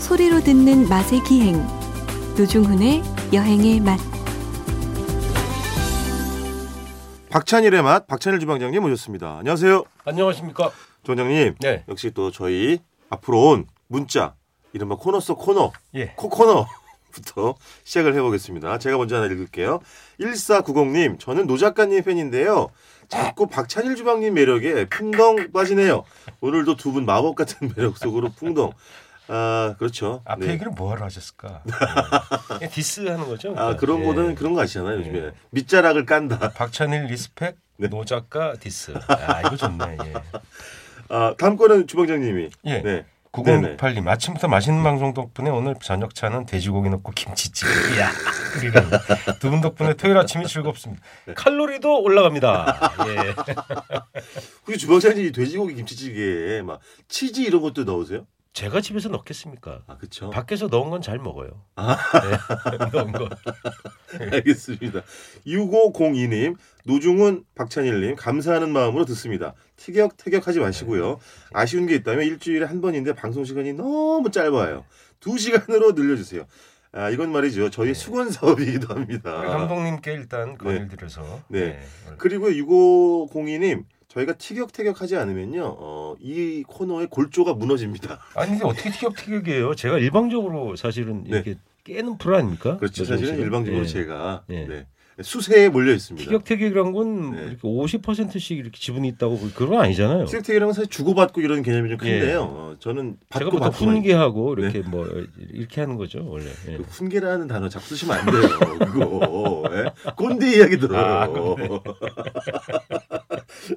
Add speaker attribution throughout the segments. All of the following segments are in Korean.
Speaker 1: 소리로 듣는 맛의 기행 노중훈의 여행의 맛
Speaker 2: 박찬일의 맛 박찬일 주방장님 모셨습니다. 안녕하세요.
Speaker 3: 안녕하십니까?
Speaker 2: 주방장님.
Speaker 3: 네.
Speaker 2: 역시 또 저희 앞으로 온 문자 이른바 코너 속 코너
Speaker 3: 예.
Speaker 2: 코코너부터 시작을 해보겠습니다. 제가 먼저 하나 읽을게요. 1490님 저는 노 작가님 팬인데요. 자꾸 박찬일 주방님 매력에 풍덩 빠지네요. 오늘도 두 분 마법 같은 매력 속으로 풍덩. 아 그렇죠.
Speaker 3: 앞에
Speaker 2: 네.
Speaker 3: 얘기를 뭐하러 하셨을까? 예. 디스하는 거죠.
Speaker 2: 아 그런
Speaker 3: 예.
Speaker 2: 거는 그런 거 아시잖아요 요즘에
Speaker 3: 예.
Speaker 2: 밑자락을 깐다.
Speaker 3: 박찬일 리스펙
Speaker 2: 네.
Speaker 3: 노 작가 디스. 아 이거 좋네. 예.
Speaker 2: 아 다음 거는 주방장님이.
Speaker 3: 예.
Speaker 2: 네.
Speaker 3: 9068님 아침부터 맛있는 방송 덕분에 오늘 저녁 차는 돼지고기 넣고 김치찜. 이야. 두 분 덕분에 토요일 아침이 즐겁습니다.
Speaker 2: 네.
Speaker 3: 칼로리도 올라갑니다. 예.
Speaker 2: 그 주방장님이 돼지고기 김치찌개에 막 치즈 이런 것도 넣으세요?
Speaker 3: 제가 집에서 넣겠습니까?
Speaker 2: 아 그렇죠.
Speaker 3: 밖에서 넣은 건 잘 먹어요.
Speaker 2: 아.
Speaker 3: 예. 넣은 거.
Speaker 2: 알겠습니다. 6502님, 노중훈, 박찬일님 감사하는 마음으로 듣습니다. 티격태격하지 마시고요. 아쉬운 게 있다면 일주일에 한 번인데 방송 시간이 너무 짧아요. 두 시간으로 늘려주세요. 아 이건 말이죠. 저희 수건 사업이기도 합니다.
Speaker 3: 우리 그 감독님께 일단 건의를
Speaker 2: 아. 네.
Speaker 3: 드려서. 예.
Speaker 2: 네.
Speaker 3: 오늘
Speaker 2: 그리고 6502님, 저희가 티격태격하지 않으면요, 어, 이 코너의 골조가 무너집니다.
Speaker 3: 아니 근데 어떻게 티격태격이에요? 제가 일방적으로 사실은 이렇게 깨는 불 아닙니까?
Speaker 2: 네. 그렇죠.
Speaker 3: 요즘
Speaker 2: 사실은
Speaker 3: 지금?
Speaker 2: 일방적으로
Speaker 3: 예.
Speaker 2: 제가
Speaker 3: 예.
Speaker 2: 네, 수세에 몰려 있습니다.
Speaker 3: 티격태격이란 건
Speaker 2: 네.
Speaker 3: 이렇게 50%씩 이렇게 지분이 있다고 그- 그런 건 아니잖아요.
Speaker 2: 티격태격이라는 건 사실 주고받고 이런 개념이 좀 큰데요.
Speaker 3: 예.
Speaker 2: 어, 저는
Speaker 3: 제가
Speaker 2: 받고
Speaker 3: 보통
Speaker 2: 받고 많이
Speaker 3: 훈계하고 이렇게 뭐 이렇게 하는 거죠 원래. 예.
Speaker 2: 그 훈계라는 단어 자꾸 쓰시면 안 돼요. 그거 예? 꼰대 이야기
Speaker 3: 아,
Speaker 2: 들어요.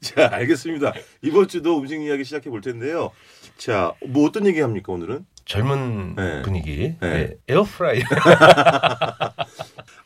Speaker 2: 자 알겠습니다. 이번 주도 음식 이야기 시작해 볼 텐데요. 자 뭐 어떤 얘기 합니까 오늘은?
Speaker 3: 젊은
Speaker 2: 네.
Speaker 3: 분위기
Speaker 2: 네.
Speaker 3: 예. 에어프라이어.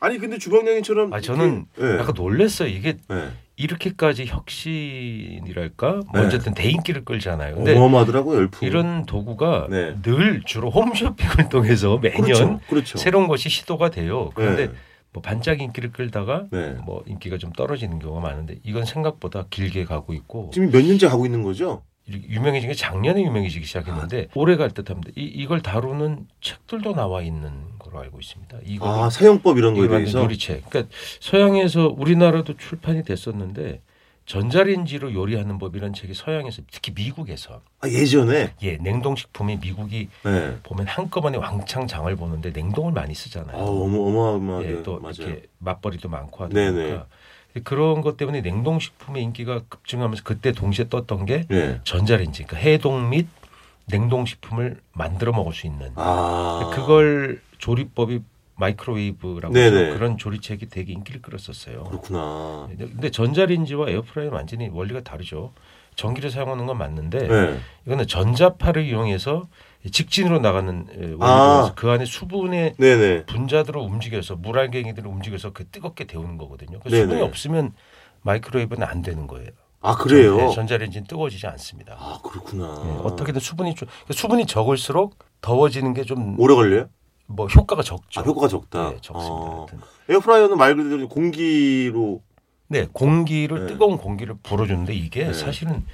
Speaker 2: 아니 근데 주방장님처럼
Speaker 3: 아 저는
Speaker 2: 그, 예,
Speaker 3: 약간 놀랐어요. 이게
Speaker 2: 예.
Speaker 3: 이렇게까지 혁신이랄까? 뭐 어쨌든 대인기를 끌잖아요. 근데
Speaker 2: 네. 어마어마하더라고요 열풍.
Speaker 3: 이런 도구가
Speaker 2: 네.
Speaker 3: 늘 주로 홈쇼핑을 통해서 매년
Speaker 2: 그렇죠. 그렇죠.
Speaker 3: 새로운 것이 시도가 돼요. 그런데
Speaker 2: 네.
Speaker 3: 뭐 반짝 인기를 끌다가
Speaker 2: 네.
Speaker 3: 뭐 인기가 좀 떨어지는 경우가 많은데 이건 생각보다 길게 가고 있고
Speaker 2: 지금 몇 년째 하고 있는 거죠?
Speaker 3: 이렇게 유명해진 게 작년에 유명해지기
Speaker 2: 아.
Speaker 3: 시작했는데 오래 갈 듯합니다. 이 이걸 다루는 책들도 나와 있는 걸로 알고 있습니다. 이거
Speaker 2: 아 사용법 이런 거에
Speaker 3: 이거 완전
Speaker 2: 대해서
Speaker 3: 요리책. 그러니까 서양에서 우리나라도 출판이 됐었는데 전자레인지로 요리하는 법이라는 책이 서양에서 특히 미국에서
Speaker 2: 아, 예전에
Speaker 3: 예 냉동식품이 미국이
Speaker 2: 네.
Speaker 3: 보면 한꺼번에 왕창 장을 보는데 냉동을 많이 쓰잖아요.
Speaker 2: 아 어마 어마어마하게 네,
Speaker 3: 예, 또
Speaker 2: 맞아요.
Speaker 3: 이렇게 맞벌이도 많고 하다
Speaker 2: 네네.
Speaker 3: 보니까 그런 것 때문에 냉동식품의 인기가 급증하면서 그때 동시에 떴던 게
Speaker 2: 예.
Speaker 3: 전자레인지, 그러니까 해동 및 냉동식품을 만들어 먹을 수 있는
Speaker 2: 아
Speaker 3: 그걸 조리법이 마이크로웨이브라고
Speaker 2: 네네.
Speaker 3: 해서 그런 조리책이 되게 인기를 끌었었어요. 네,
Speaker 2: 그렇구나.
Speaker 3: 근데 근데 전자레인지와 에어프라이어는 완전히 원리가 다르죠. 전기를 사용하는 건 맞는데
Speaker 2: 네.
Speaker 3: 이거는 전자파를 이용해서 직진으로 나가는 에, 원리라서
Speaker 2: 아.
Speaker 3: 그 안에 수분의
Speaker 2: 네네.
Speaker 3: 분자들을 움직여서 물알갱이들을 움직여서 그 뜨겁게 데우는 거거든요. 그
Speaker 2: 네네.
Speaker 3: 수분이 없으면 마이크로웨이브는 안 되는 거예요.
Speaker 2: 아 그래요.
Speaker 3: 네, 전자레인지는 뜨거워지지 않습니다.
Speaker 2: 아 그렇구나.
Speaker 3: 예, 어떻게든 수분이 좀 그러니까 수분이 적을수록 더워지는 게 좀 뭐
Speaker 2: 오래 걸려요?
Speaker 3: 효과가 적죠.
Speaker 2: 아 효과가 적다.
Speaker 3: 예, 적습니다.
Speaker 2: 어.
Speaker 3: 하여튼.
Speaker 2: 에어프라이어는 말 그대로 공기로
Speaker 3: 네, 공기를
Speaker 2: 네.
Speaker 3: 뜨거운 공기를 불어주는데 이게
Speaker 2: 네.
Speaker 3: 사실은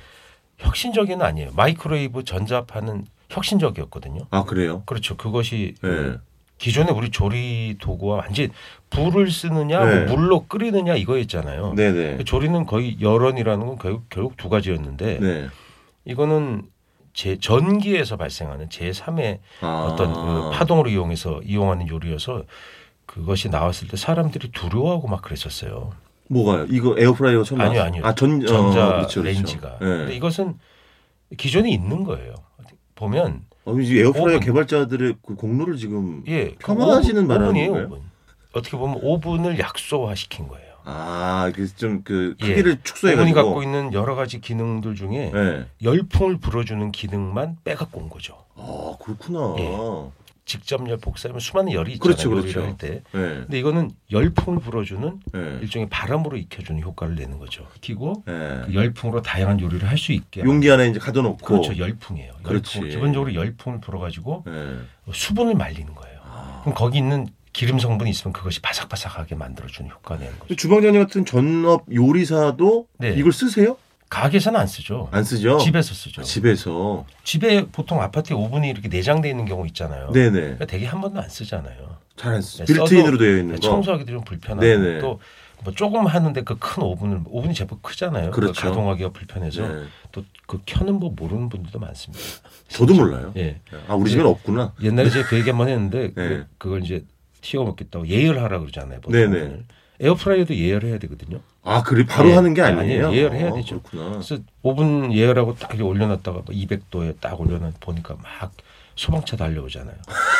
Speaker 3: 혁신적인 아니에요. 마이크로웨이브 전자파는 혁신적이었거든요.
Speaker 2: 아 그래요?
Speaker 3: 그렇죠. 그것이
Speaker 2: 네.
Speaker 3: 기존에 우리 조리 도구와 완전 불을 쓰느냐,
Speaker 2: 네.
Speaker 3: 뭐 물로 끓이느냐 이거였잖아요.
Speaker 2: 네네.
Speaker 3: 그 조리는 거의 열원이라는 건 결국, 결국 두 가지였는데
Speaker 2: 네.
Speaker 3: 이거는 제 전기에서 발생하는 제3의
Speaker 2: 아.
Speaker 3: 어떤 그 파동을 이용해서 이용하는 요리여서 그것이 나왔을 때 사람들이 두려워하고 막 그랬었어요.
Speaker 2: 뭐가요? 이거 에어프라이어 처음
Speaker 3: 아니요,
Speaker 2: 나왔-
Speaker 3: 아니요.
Speaker 2: 아, 전
Speaker 3: 전자
Speaker 2: 어, 그렇죠, 그렇죠.
Speaker 3: 레인지가.
Speaker 2: 네.
Speaker 3: 근데 이것은 기존에 있는 거예요. 보면
Speaker 2: 어, 이제 에어프라이어
Speaker 3: 오븐.
Speaker 2: 개발자들의 그 공로를 지금
Speaker 3: 예
Speaker 2: 폄하하시는 말을 하는
Speaker 3: 오븐이에요.
Speaker 2: 거예요?
Speaker 3: 오븐. 어떻게 보면 오븐을 약소화 시킨 거예요.
Speaker 2: 아, 아그좀그
Speaker 3: 예.
Speaker 2: 크기를 축소해
Speaker 3: 오븐이
Speaker 2: 가지고.
Speaker 3: 갖고 있는 여러 가지 기능들 중에
Speaker 2: 네.
Speaker 3: 열풍을 불어주는 기능만 빼갖고 온 거죠. 예.
Speaker 2: 아 그렇구나.
Speaker 3: 직접 열 복사하면 수많은 열이 있잖아요.
Speaker 2: 그렇죠,
Speaker 3: 요리를
Speaker 2: 그렇죠.
Speaker 3: 할 때.
Speaker 2: 네.
Speaker 3: 근데 이거는 열풍을 불어주는
Speaker 2: 네.
Speaker 3: 일종의 바람으로 익혀주는 효과를 내는 거죠. 익히고
Speaker 2: 네.
Speaker 3: 그 열풍으로 다양한 요리를 할 수 있게
Speaker 2: 용기 안에 이제 가둬놓고.
Speaker 3: 그렇죠 열풍이에요. 열풍.
Speaker 2: 그렇지.
Speaker 3: 기본적으로 열풍을 불어가지고
Speaker 2: 네.
Speaker 3: 수분을 말리는 거예요.
Speaker 2: 아.
Speaker 3: 그럼 거기 있는 기름 성분이 있으면 그것이 바삭바삭하게 만들어주는 효과 내는 거죠.
Speaker 2: 근데 주방장님 같은 전업 요리사도
Speaker 3: 네.
Speaker 2: 이걸 쓰세요?
Speaker 3: 가게에서는 안 쓰죠.
Speaker 2: 안 쓰죠?
Speaker 3: 집에서 쓰죠.
Speaker 2: 아, 집에서.
Speaker 3: 집에 보통 아파트에 오븐이 이렇게 내장돼 있는 경우 있잖아요.
Speaker 2: 네네.
Speaker 3: 그러니까 되게 한 번도 안 쓰잖아요.
Speaker 2: 잘 안 쓰죠.
Speaker 3: 네,
Speaker 2: 빌트인으로
Speaker 3: 써도
Speaker 2: 되어 있는 거.
Speaker 3: 청소하기도
Speaker 2: 네네.
Speaker 3: 좀 불편하고 또 뭐 조금 하는데 그 큰 오븐을 오븐이 제법 크잖아요. 그
Speaker 2: 그렇죠.
Speaker 3: 가동하기가 불편해서
Speaker 2: 네.
Speaker 3: 또 그 켜는 법 모르는 분들도 많습니다.
Speaker 2: 저도 몰라요.
Speaker 3: 예.
Speaker 2: 아 우리 집엔 없구나.
Speaker 3: 옛날에 제가 그 얘기 한 번 했는데
Speaker 2: 네.
Speaker 3: 그, 그걸 이제 튀어 먹겠다고 예열하라 그러잖아요. 보통
Speaker 2: 네네.
Speaker 3: 오븐을. 에어프라이어도 예열해야 되거든요.
Speaker 2: 아 그래 바로
Speaker 3: 예.
Speaker 2: 하는 게 아니에요?
Speaker 3: 아니에요. 예열해야
Speaker 2: 아,
Speaker 3: 되죠. 네.
Speaker 2: 그렇구나.
Speaker 3: 그래서 오븐 예열하고 딱 이렇게 올려놨다가 200도에 딱 올려놨 보니까 막 소방차 달려오잖아요.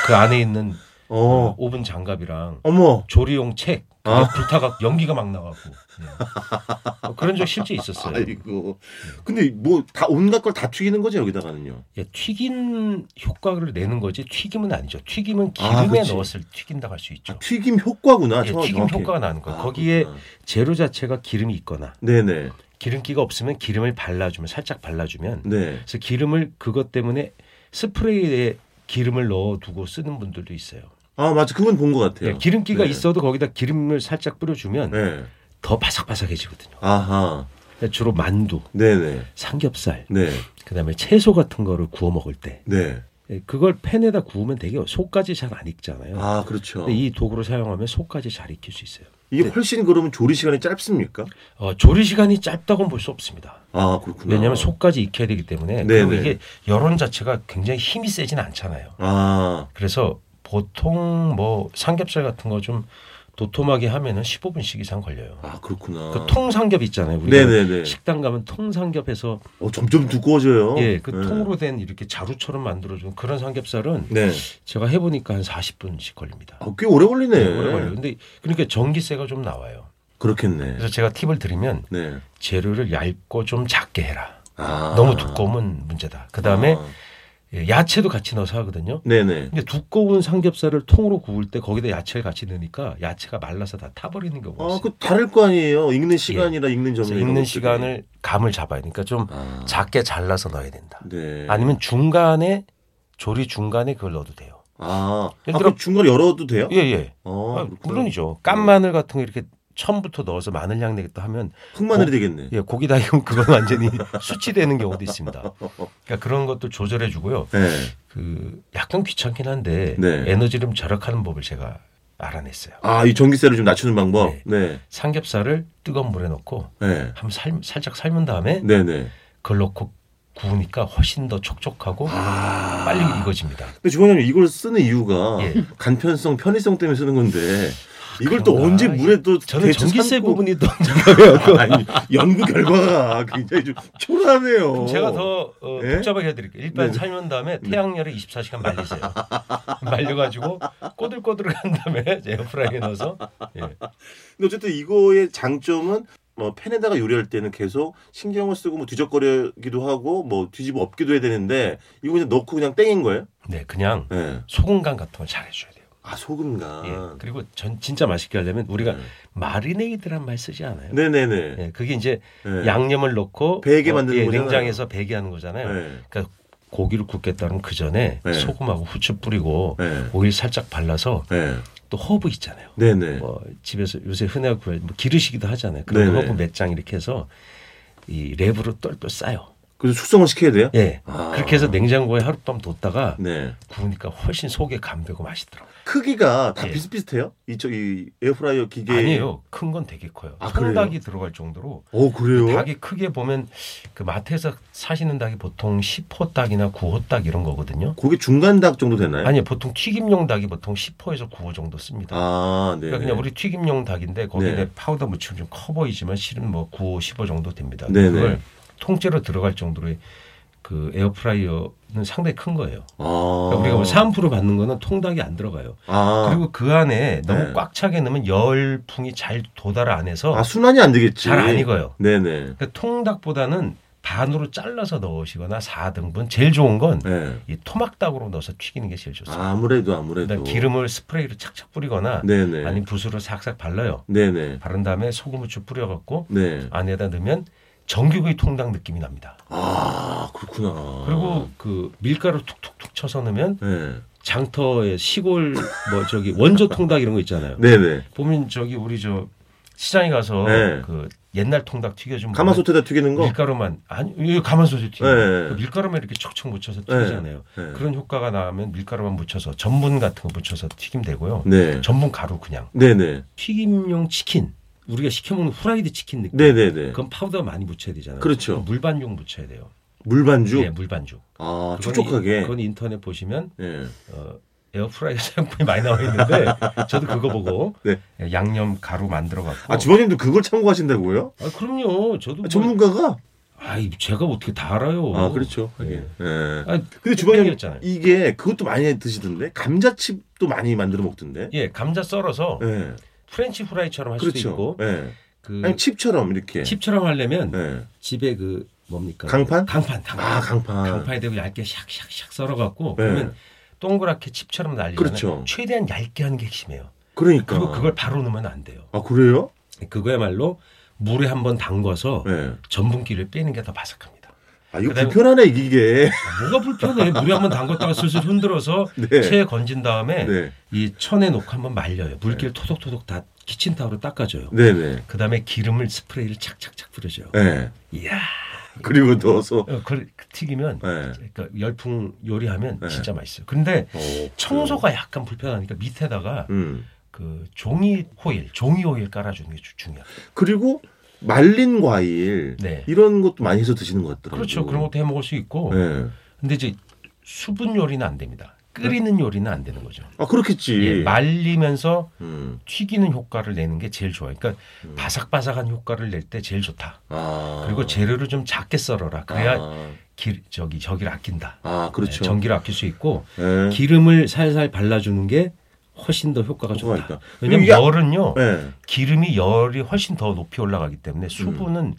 Speaker 3: 그 안에 있는
Speaker 2: 어
Speaker 3: 오븐 장갑이랑
Speaker 2: 어머
Speaker 3: 조리용 책 그게
Speaker 2: 아.
Speaker 3: 불타가 연기가 막 나가고 예. 어, 그런 적 실제 있었어요.
Speaker 2: 아이고. 근데 뭐 다 온갖 걸 다 튀기는 거죠 여기다가는요.
Speaker 3: 예, 튀김 효과를 내는 거지 튀김은 아니죠. 튀김은
Speaker 2: 아,
Speaker 3: 기름에
Speaker 2: 그치.
Speaker 3: 넣었을 때 튀긴다고 할 수 있죠.
Speaker 2: 아, 튀김 효과구나.
Speaker 3: 예,
Speaker 2: 정확-
Speaker 3: 튀김
Speaker 2: 정확히.
Speaker 3: 효과가 나는 거예요.
Speaker 2: 아,
Speaker 3: 거기에
Speaker 2: 그렇구나.
Speaker 3: 재료 자체가 기름이 있거나
Speaker 2: 네네
Speaker 3: 기름기가 없으면 기름을 발라주면 살짝 발라주면
Speaker 2: 네.
Speaker 3: 그래서 기름을 그것 때문에 스프레이에 기름을 넣어두고 쓰는 분들도 있어요.
Speaker 2: 아 맞아 그건 본 것 같아요.
Speaker 3: 예, 기름기가
Speaker 2: 네.
Speaker 3: 있어도 거기다 기름을 살짝 뿌려주면
Speaker 2: 네.
Speaker 3: 더 바삭바삭해지거든요. 그러니까
Speaker 2: 아하.
Speaker 3: 주로 만두,
Speaker 2: 네네.
Speaker 3: 삼겹살,
Speaker 2: 네.
Speaker 3: 그다음에 채소 같은 거를 구워 먹을 때
Speaker 2: 네.
Speaker 3: 예, 그걸 팬에다 구우면 되게 속까지 잘 안 익잖아요.
Speaker 2: 아 그렇죠.
Speaker 3: 근데 이 네. 도구를 사용하면 속까지 잘 익힐 수 있어요.
Speaker 2: 이게 훨씬 그러면 조리 시간이 짧습니까?
Speaker 3: 어, 조리 시간이 짧다고는 볼 수 없습니다.
Speaker 2: 아 그렇구나.
Speaker 3: 왜냐하면 속까지 익혀야 되기 때문에
Speaker 2: 네네.
Speaker 3: 그리고 이게 여론 자체가 굉장히 힘이 세진 않잖아요.
Speaker 2: 아
Speaker 3: 그래서 보통 뭐 삼겹살 같은 거 좀 도톰하게 하면은 15분씩 이상 걸려요.
Speaker 2: 아 그렇구나.
Speaker 3: 그 통삼겹 있잖아요. 우리가
Speaker 2: 네네네.
Speaker 3: 식당 가면 통삼겹에서
Speaker 2: 어, 점점 두꺼워져요.
Speaker 3: 예, 그
Speaker 2: 네.
Speaker 3: 통으로 된 이렇게 자루처럼 만들어준 그런 삼겹살은
Speaker 2: 네.
Speaker 3: 제가 해보니까 한 40분씩 걸립니다.
Speaker 2: 아, 꽤 오래 걸리네.
Speaker 3: 네, 오래 걸려요. 근데 그러니까 전기세가 좀 나와요.
Speaker 2: 그렇겠네.
Speaker 3: 그래서 제가 팁을 드리면
Speaker 2: 네.
Speaker 3: 재료를 얇고 좀 작게 해라.
Speaker 2: 아.
Speaker 3: 너무 두꺼우면 문제다. 그 다음에 예,
Speaker 2: 아.
Speaker 3: 야채도 같이 넣어서 하거든요.
Speaker 2: 네네.
Speaker 3: 근데 두꺼운 삼겹살을 통으로 구울 때 거기다 야채를 같이 넣으니까 야채가 말라서 다 타버리는 경우가
Speaker 2: 아,
Speaker 3: 있어요.
Speaker 2: 그 다를 거 아니에요. 읽는 시간이라 읽는 점이
Speaker 3: 그래서 익는 예. 시간을 감을 잡아야 되니까 좀
Speaker 2: 아.
Speaker 3: 작게 잘라서 넣어야 된다.
Speaker 2: 네.
Speaker 3: 아니면 중간에 조리 중간에 그걸 넣어도 돼요.
Speaker 2: 아, 아,
Speaker 3: 예를 들어-
Speaker 2: 그 중간 열어도 돼요?
Speaker 3: 예, 예.
Speaker 2: 어,
Speaker 3: 아,
Speaker 2: 그렇구나.
Speaker 3: 물론이죠. 깐 마늘 같은 거 이렇게 처음부터 넣어서 마늘 향 내겠다 하면
Speaker 2: 흑마늘이
Speaker 3: 어.
Speaker 2: 되겠네.
Speaker 3: 예, 고기다 이건 그건 완전히 수치되는 경우도 있습니다. 그러니까 그런 것도 조절해 주고요.
Speaker 2: 네.
Speaker 3: 그 약간 귀찮긴 한데
Speaker 2: 네.
Speaker 3: 에너지를 좀 절약하는 법을 제가 알아냈어요.
Speaker 2: 아, 이 전기세를 좀 낮추는 방법.
Speaker 3: 네.
Speaker 2: 네.
Speaker 3: 삼겹살을 뜨거운 물에 넣고
Speaker 2: 네.
Speaker 3: 한번 살, 살짝 삶은 다음에
Speaker 2: 네, 네.
Speaker 3: 그걸 넣고 구우니까 훨씬 더 촉촉하고
Speaker 2: 아.
Speaker 3: 빨리 익어집니다.
Speaker 2: 근데 주방장님 이걸 쓰는 이유가
Speaker 3: 예.
Speaker 2: 간편성, 편의성 때문에 쓰는 건데 이걸 또
Speaker 3: 그런가?
Speaker 2: 언제 물에 또
Speaker 3: 저는
Speaker 2: 데쳐
Speaker 3: 전기세
Speaker 2: 삶고
Speaker 3: 부분이 더 중요해요.
Speaker 2: 아니 연구 결과가 굉장히 좀 초라하네요.
Speaker 3: 제가 더 어,
Speaker 2: 예?
Speaker 3: 복잡하게 해드릴게요. 일단
Speaker 2: 네.
Speaker 3: 삶은 다음에 태양열에 24시간 말리세요. 말려가지고 꼬들꼬들한 다음에 에어프라이에 넣어서 예.
Speaker 2: 근데 어쨌든 이거의 장점은 뭐 팬에다가 요리할 때는 계속 신경을 쓰고 뭐 뒤적거리기도 하고 뭐 뒤집어 엎기도 해야 되는데 이거 그냥 넣고 그냥 땡인 거예요?
Speaker 3: 네, 그냥
Speaker 2: 예.
Speaker 3: 소금 간 같은 걸 잘 해줘야 돼요.
Speaker 2: 아 소금간.
Speaker 3: 예. 그리고 전 진짜 맛있게 하려면 우리가
Speaker 2: 네.
Speaker 3: 마리네이드란 말 쓰지 않아요.
Speaker 2: 네네네.
Speaker 3: 예, 그게 이제
Speaker 2: 예.
Speaker 3: 양념을 넣고
Speaker 2: 배게 만드는
Speaker 3: 예,
Speaker 2: 거잖아요.
Speaker 3: 냉장에서 배게 하는 거잖아요.
Speaker 2: 예.
Speaker 3: 고기를 굽겠다면 그 전에
Speaker 2: 네.
Speaker 3: 소금하고 후추 뿌리고
Speaker 2: 예.
Speaker 3: 오일 살짝 발라서
Speaker 2: 예.
Speaker 3: 또 허브 있잖아요.
Speaker 2: 네네.
Speaker 3: 뭐 집에서 요새 흔하게 구할 뭐 기르시기도 하잖아요. 그런
Speaker 2: 네네.
Speaker 3: 허브 몇 장 이렇게 해서 이 랩으로 똘똘 싸요.
Speaker 2: 그래서 숙성을 시켜야 돼요?
Speaker 3: 예.
Speaker 2: 아.
Speaker 3: 그렇게 해서 냉장고에 하룻밤 뒀다가
Speaker 2: 네.
Speaker 3: 구우니까 훨씬 속에 감되고 맛있더라고요.
Speaker 2: 크기가 다
Speaker 3: 예.
Speaker 2: 비슷비슷해요? 이쪽 이 에어프라이어 기계.
Speaker 3: 아니에요. 큰 건 되게 커요.
Speaker 2: 예. 아,
Speaker 3: 큰
Speaker 2: 그래요?
Speaker 3: 닭이 들어갈 정도로
Speaker 2: 어 그래요?
Speaker 3: 닭이 크게 보면 그 마트에서 사시는 닭이 보통 10호 닭이나 9호 닭 이런 거거든요.
Speaker 2: 고기 중간 닭 정도 되나요?
Speaker 3: 아니 보통 튀김용 닭이 보통 10호에서 9호 정도 씁니다.
Speaker 2: 아, 네.
Speaker 3: 그러니까 그냥 우리 튀김용 닭인데 거기에
Speaker 2: 네.
Speaker 3: 파우더 묻히면 좀 커 보이지만 실은 뭐 9, 15 정도 됩니다.
Speaker 2: 네네.
Speaker 3: 그걸 통째로 들어갈 정도의 그 에어프라이어는 상당히 큰 거예요.
Speaker 2: 아.
Speaker 3: 그러니까 우리가 뭐 사은프로 받는 거는 통닭이 안 들어가요.
Speaker 2: 아.
Speaker 3: 그리고 그 안에 너무
Speaker 2: 네.
Speaker 3: 꽉 차게 넣으면 열풍이 잘 도달 안 해서
Speaker 2: 아 순환이 안 되겠지.
Speaker 3: 잘 안 익어요.
Speaker 2: 네네.
Speaker 3: 그러니까 통닭보다는 반으로 잘라서 넣으시거나 4등분 제일 좋은 건 이
Speaker 2: 네.
Speaker 3: 토막닭으로 넣어서 튀기는 게 제일 좋습니다.
Speaker 2: 아무래도 아무래도.
Speaker 3: 그다음에 기름을 스프레이로 착착 뿌리거나
Speaker 2: 네네.
Speaker 3: 아니면 붓으로 싹싹 발라요.
Speaker 2: 네네.
Speaker 3: 바른 다음에 소금 후추 뿌려갖고
Speaker 2: 네.
Speaker 3: 안에다 넣으면 정규구이 통닭 느낌이 납니다.
Speaker 2: 아 그렇구나.
Speaker 3: 그리고 그 밀가루 툭툭툭 쳐서 넣으면
Speaker 2: 네.
Speaker 3: 장터에 시골 뭐 저기 원조 통닭 이런 거 있잖아요.
Speaker 2: 네네.
Speaker 3: 보면 저기 우리 저 시장에 가서
Speaker 2: 네. 네.
Speaker 3: 그 옛날 통닭 튀겨준
Speaker 2: 가마솥에다 튀기는 거.
Speaker 3: 밀가루만 아니 이거 가마솥에 튀겨
Speaker 2: 네.
Speaker 3: 그 밀가루만 이렇게 척척 묻혀서
Speaker 2: 네.
Speaker 3: 튀기잖아요.
Speaker 2: 네.
Speaker 3: 그런 효과가 나면 밀가루만 묻혀서 전분 같은 거 묻혀서 튀김 되고요.
Speaker 2: 네.
Speaker 3: 전분 가루 그냥
Speaker 2: 네네.
Speaker 3: 튀김용 치킨 우리가 시켜 먹는 후라이드 치킨 느낌.
Speaker 2: 네네네.
Speaker 3: 그건 파우더 많이 묻혀야 되잖아요.
Speaker 2: 그렇죠.
Speaker 3: 그럼 물반죽 묻혀야 돼요.
Speaker 2: 물반죽.
Speaker 3: 네, 물반죽.
Speaker 2: 아
Speaker 3: 그건 이-
Speaker 2: 촉촉하게.
Speaker 3: 그건 인터넷 보시면
Speaker 2: 예.
Speaker 3: 어, 에어프라이어 사용품이 많이 나와 있는데 저도 그거 보고
Speaker 2: 네.
Speaker 3: 예, 양념 가루 만들어 갖고.
Speaker 2: 아 주방님도 그걸 참고하신다고요?
Speaker 3: 아, 뭐 그럼요. 저도
Speaker 2: 아,
Speaker 3: 뭐,
Speaker 2: 전문가가?
Speaker 3: 아이 제가 어떻게 다 알아요.
Speaker 2: 아 그렇죠. 하긴.
Speaker 3: 예.
Speaker 2: 예.
Speaker 3: 아,
Speaker 2: 근데 주방님
Speaker 3: 팬이었잖아요.
Speaker 2: 이게 그것도 많이 드시던데 감자칩도 많이 만들어 먹던데.
Speaker 3: 예, 감자 썰어서
Speaker 2: 예.
Speaker 3: 프렌치 후라이처럼 할 수도
Speaker 2: 그렇죠.
Speaker 3: 있고
Speaker 2: 예.
Speaker 3: 그
Speaker 2: 아니 칩처럼 이렇게.
Speaker 3: 칩처럼 하려면
Speaker 2: 예.
Speaker 3: 집에 그 뭡니까?
Speaker 2: 강판?
Speaker 3: 강판, 강판.
Speaker 2: 아 강판.
Speaker 3: 강판에 대고 얇게 샥샥샥 썰어 갖고
Speaker 2: 네.
Speaker 3: 그러면 동그랗게 칩처럼 날리잖아요.
Speaker 2: 그렇죠.
Speaker 3: 최대한 얇게 하는 게 핵심이에요.
Speaker 2: 그러니까.
Speaker 3: 그리고 그걸 바로 넣으면 안 돼요.
Speaker 2: 아 그래요?
Speaker 3: 그거야말로 물에 한번 담궈서
Speaker 2: 예.
Speaker 3: 전분기를 빼는 게 더 바삭합니다.
Speaker 2: 아 이거
Speaker 3: 어. 그다음에-
Speaker 2: 불편하네 이게.
Speaker 3: 뭐가 불편해? 물에 한번 담궜다가 슬슬 흔들어서
Speaker 2: 네.
Speaker 3: 체에 건진 다음에
Speaker 2: 네.
Speaker 3: 이 천에 놓고 한번 말려요. 물기를 토독토독 다 키친타올로 닦아줘요.
Speaker 2: 네네.
Speaker 3: 그다음에 기름을 스프레이를 착착착 뿌려줘요.
Speaker 2: 예.
Speaker 3: 이야,
Speaker 2: 그리고 넣어서.
Speaker 3: 어, 그걸 튀기면
Speaker 2: 예.
Speaker 3: 그러니까 열풍 요리하면
Speaker 2: 네.
Speaker 3: 진짜 맛있어요. 근데
Speaker 2: 오,
Speaker 3: 청소가 약간 불편하니까 밑에다가
Speaker 2: 음.
Speaker 3: 그 종이 호일, 종이 호일 깔아주는 게 주- 중요해요.
Speaker 2: 음. 그리고 말린 과일
Speaker 3: 네.
Speaker 2: 이런 것도 많이 해서 드시는 것 같더라고요.
Speaker 3: 그렇죠. 그런 것도 뭐. 해 먹을 수 있고.
Speaker 2: 예.
Speaker 3: 근데 이제 수분 요리는 안 됩니다. 끓이는 요리는 안 되는 거죠.
Speaker 2: 아 그렇겠지.
Speaker 3: 예, 말리면서
Speaker 2: 음.
Speaker 3: 튀기는 효과를 내는 게 제일 좋아요. 그러니까 바삭바삭한 효과를 낼 때 제일 좋다.
Speaker 2: 아.
Speaker 3: 그리고 재료를 좀 작게 썰어라. 그래야
Speaker 2: 아,
Speaker 3: 길, 저기 저기를 아낀다.
Speaker 2: 아, 그렇죠.
Speaker 3: 네, 전기를 아낄 수 있고
Speaker 2: 예.
Speaker 3: 기름을 살살 발라주는 게 훨씬 더 효과가
Speaker 2: 효과가
Speaker 3: 좋다.
Speaker 2: 있다.
Speaker 3: 왜냐면
Speaker 2: 그리고
Speaker 3: 열은요
Speaker 2: 예.
Speaker 3: 기름이 열이 훨씬 더 높이 올라가기
Speaker 2: 음.
Speaker 3: 때문에 수분은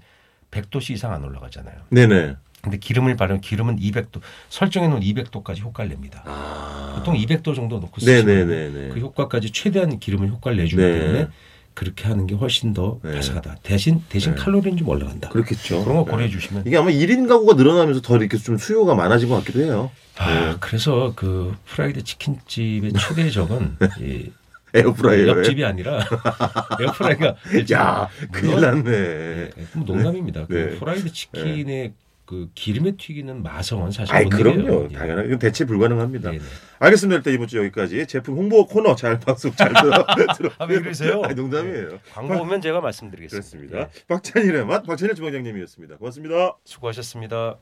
Speaker 3: 100도씨 이상 안 올라가잖아요.
Speaker 2: 네네.
Speaker 3: 근데 기름을 바르면 기름은 200도 설정해 놓은 200도까지 효과를 냅니다.
Speaker 2: 아.
Speaker 3: 보통 200도 정도 놓고 쓰시면
Speaker 2: 네네네네.
Speaker 3: 그 효과까지 최대한 기름을 효과를 내주기 때문에
Speaker 2: 네.
Speaker 3: 그렇게 하는 게 훨씬 더
Speaker 2: 네.
Speaker 3: 바삭하다. 대신 대신
Speaker 2: 네.
Speaker 3: 칼로리는 좀 올라간다. 그
Speaker 2: 그렇겠죠.
Speaker 3: 런거
Speaker 2: 네.
Speaker 3: 고려해 주시면
Speaker 2: 이게 아마 1인 가구가 늘어나면서 더 이렇게 좀 수요가 많아진 것 같기도 해요.
Speaker 3: 아, 그래서 그 프라이드 치킨집의 최대 적은 이
Speaker 2: 에어프라이어에.
Speaker 3: 옆집이 아니라 에어프라이가
Speaker 2: 야, 큰일
Speaker 3: 예,
Speaker 2: 났네.
Speaker 3: 뭐
Speaker 2: 네.
Speaker 3: 농담입니다. 그 프라이드 치킨의 그 기름에 튀기는 마성은 사실
Speaker 2: 아이
Speaker 3: 못
Speaker 2: 그럼요.
Speaker 3: 이겨요. 예.
Speaker 2: 당연하게 이건 대체 불가능합니다.
Speaker 3: 예, 네.
Speaker 2: 알겠습니다. 일단 이번 주 여기까지 제품 홍보 코너 잘 방송 잘 들어. 들어.
Speaker 3: 아, 왜 그러세요? 네,
Speaker 2: 아니, 농담이에요.
Speaker 3: 광고 오면 제가 말씀드리겠습니다.
Speaker 2: 그렇습니다.
Speaker 3: 예,
Speaker 2: 박찬일의 맛 박찬일 주방장님이었습니다. 고맙습니다.
Speaker 3: 수고하셨습니다.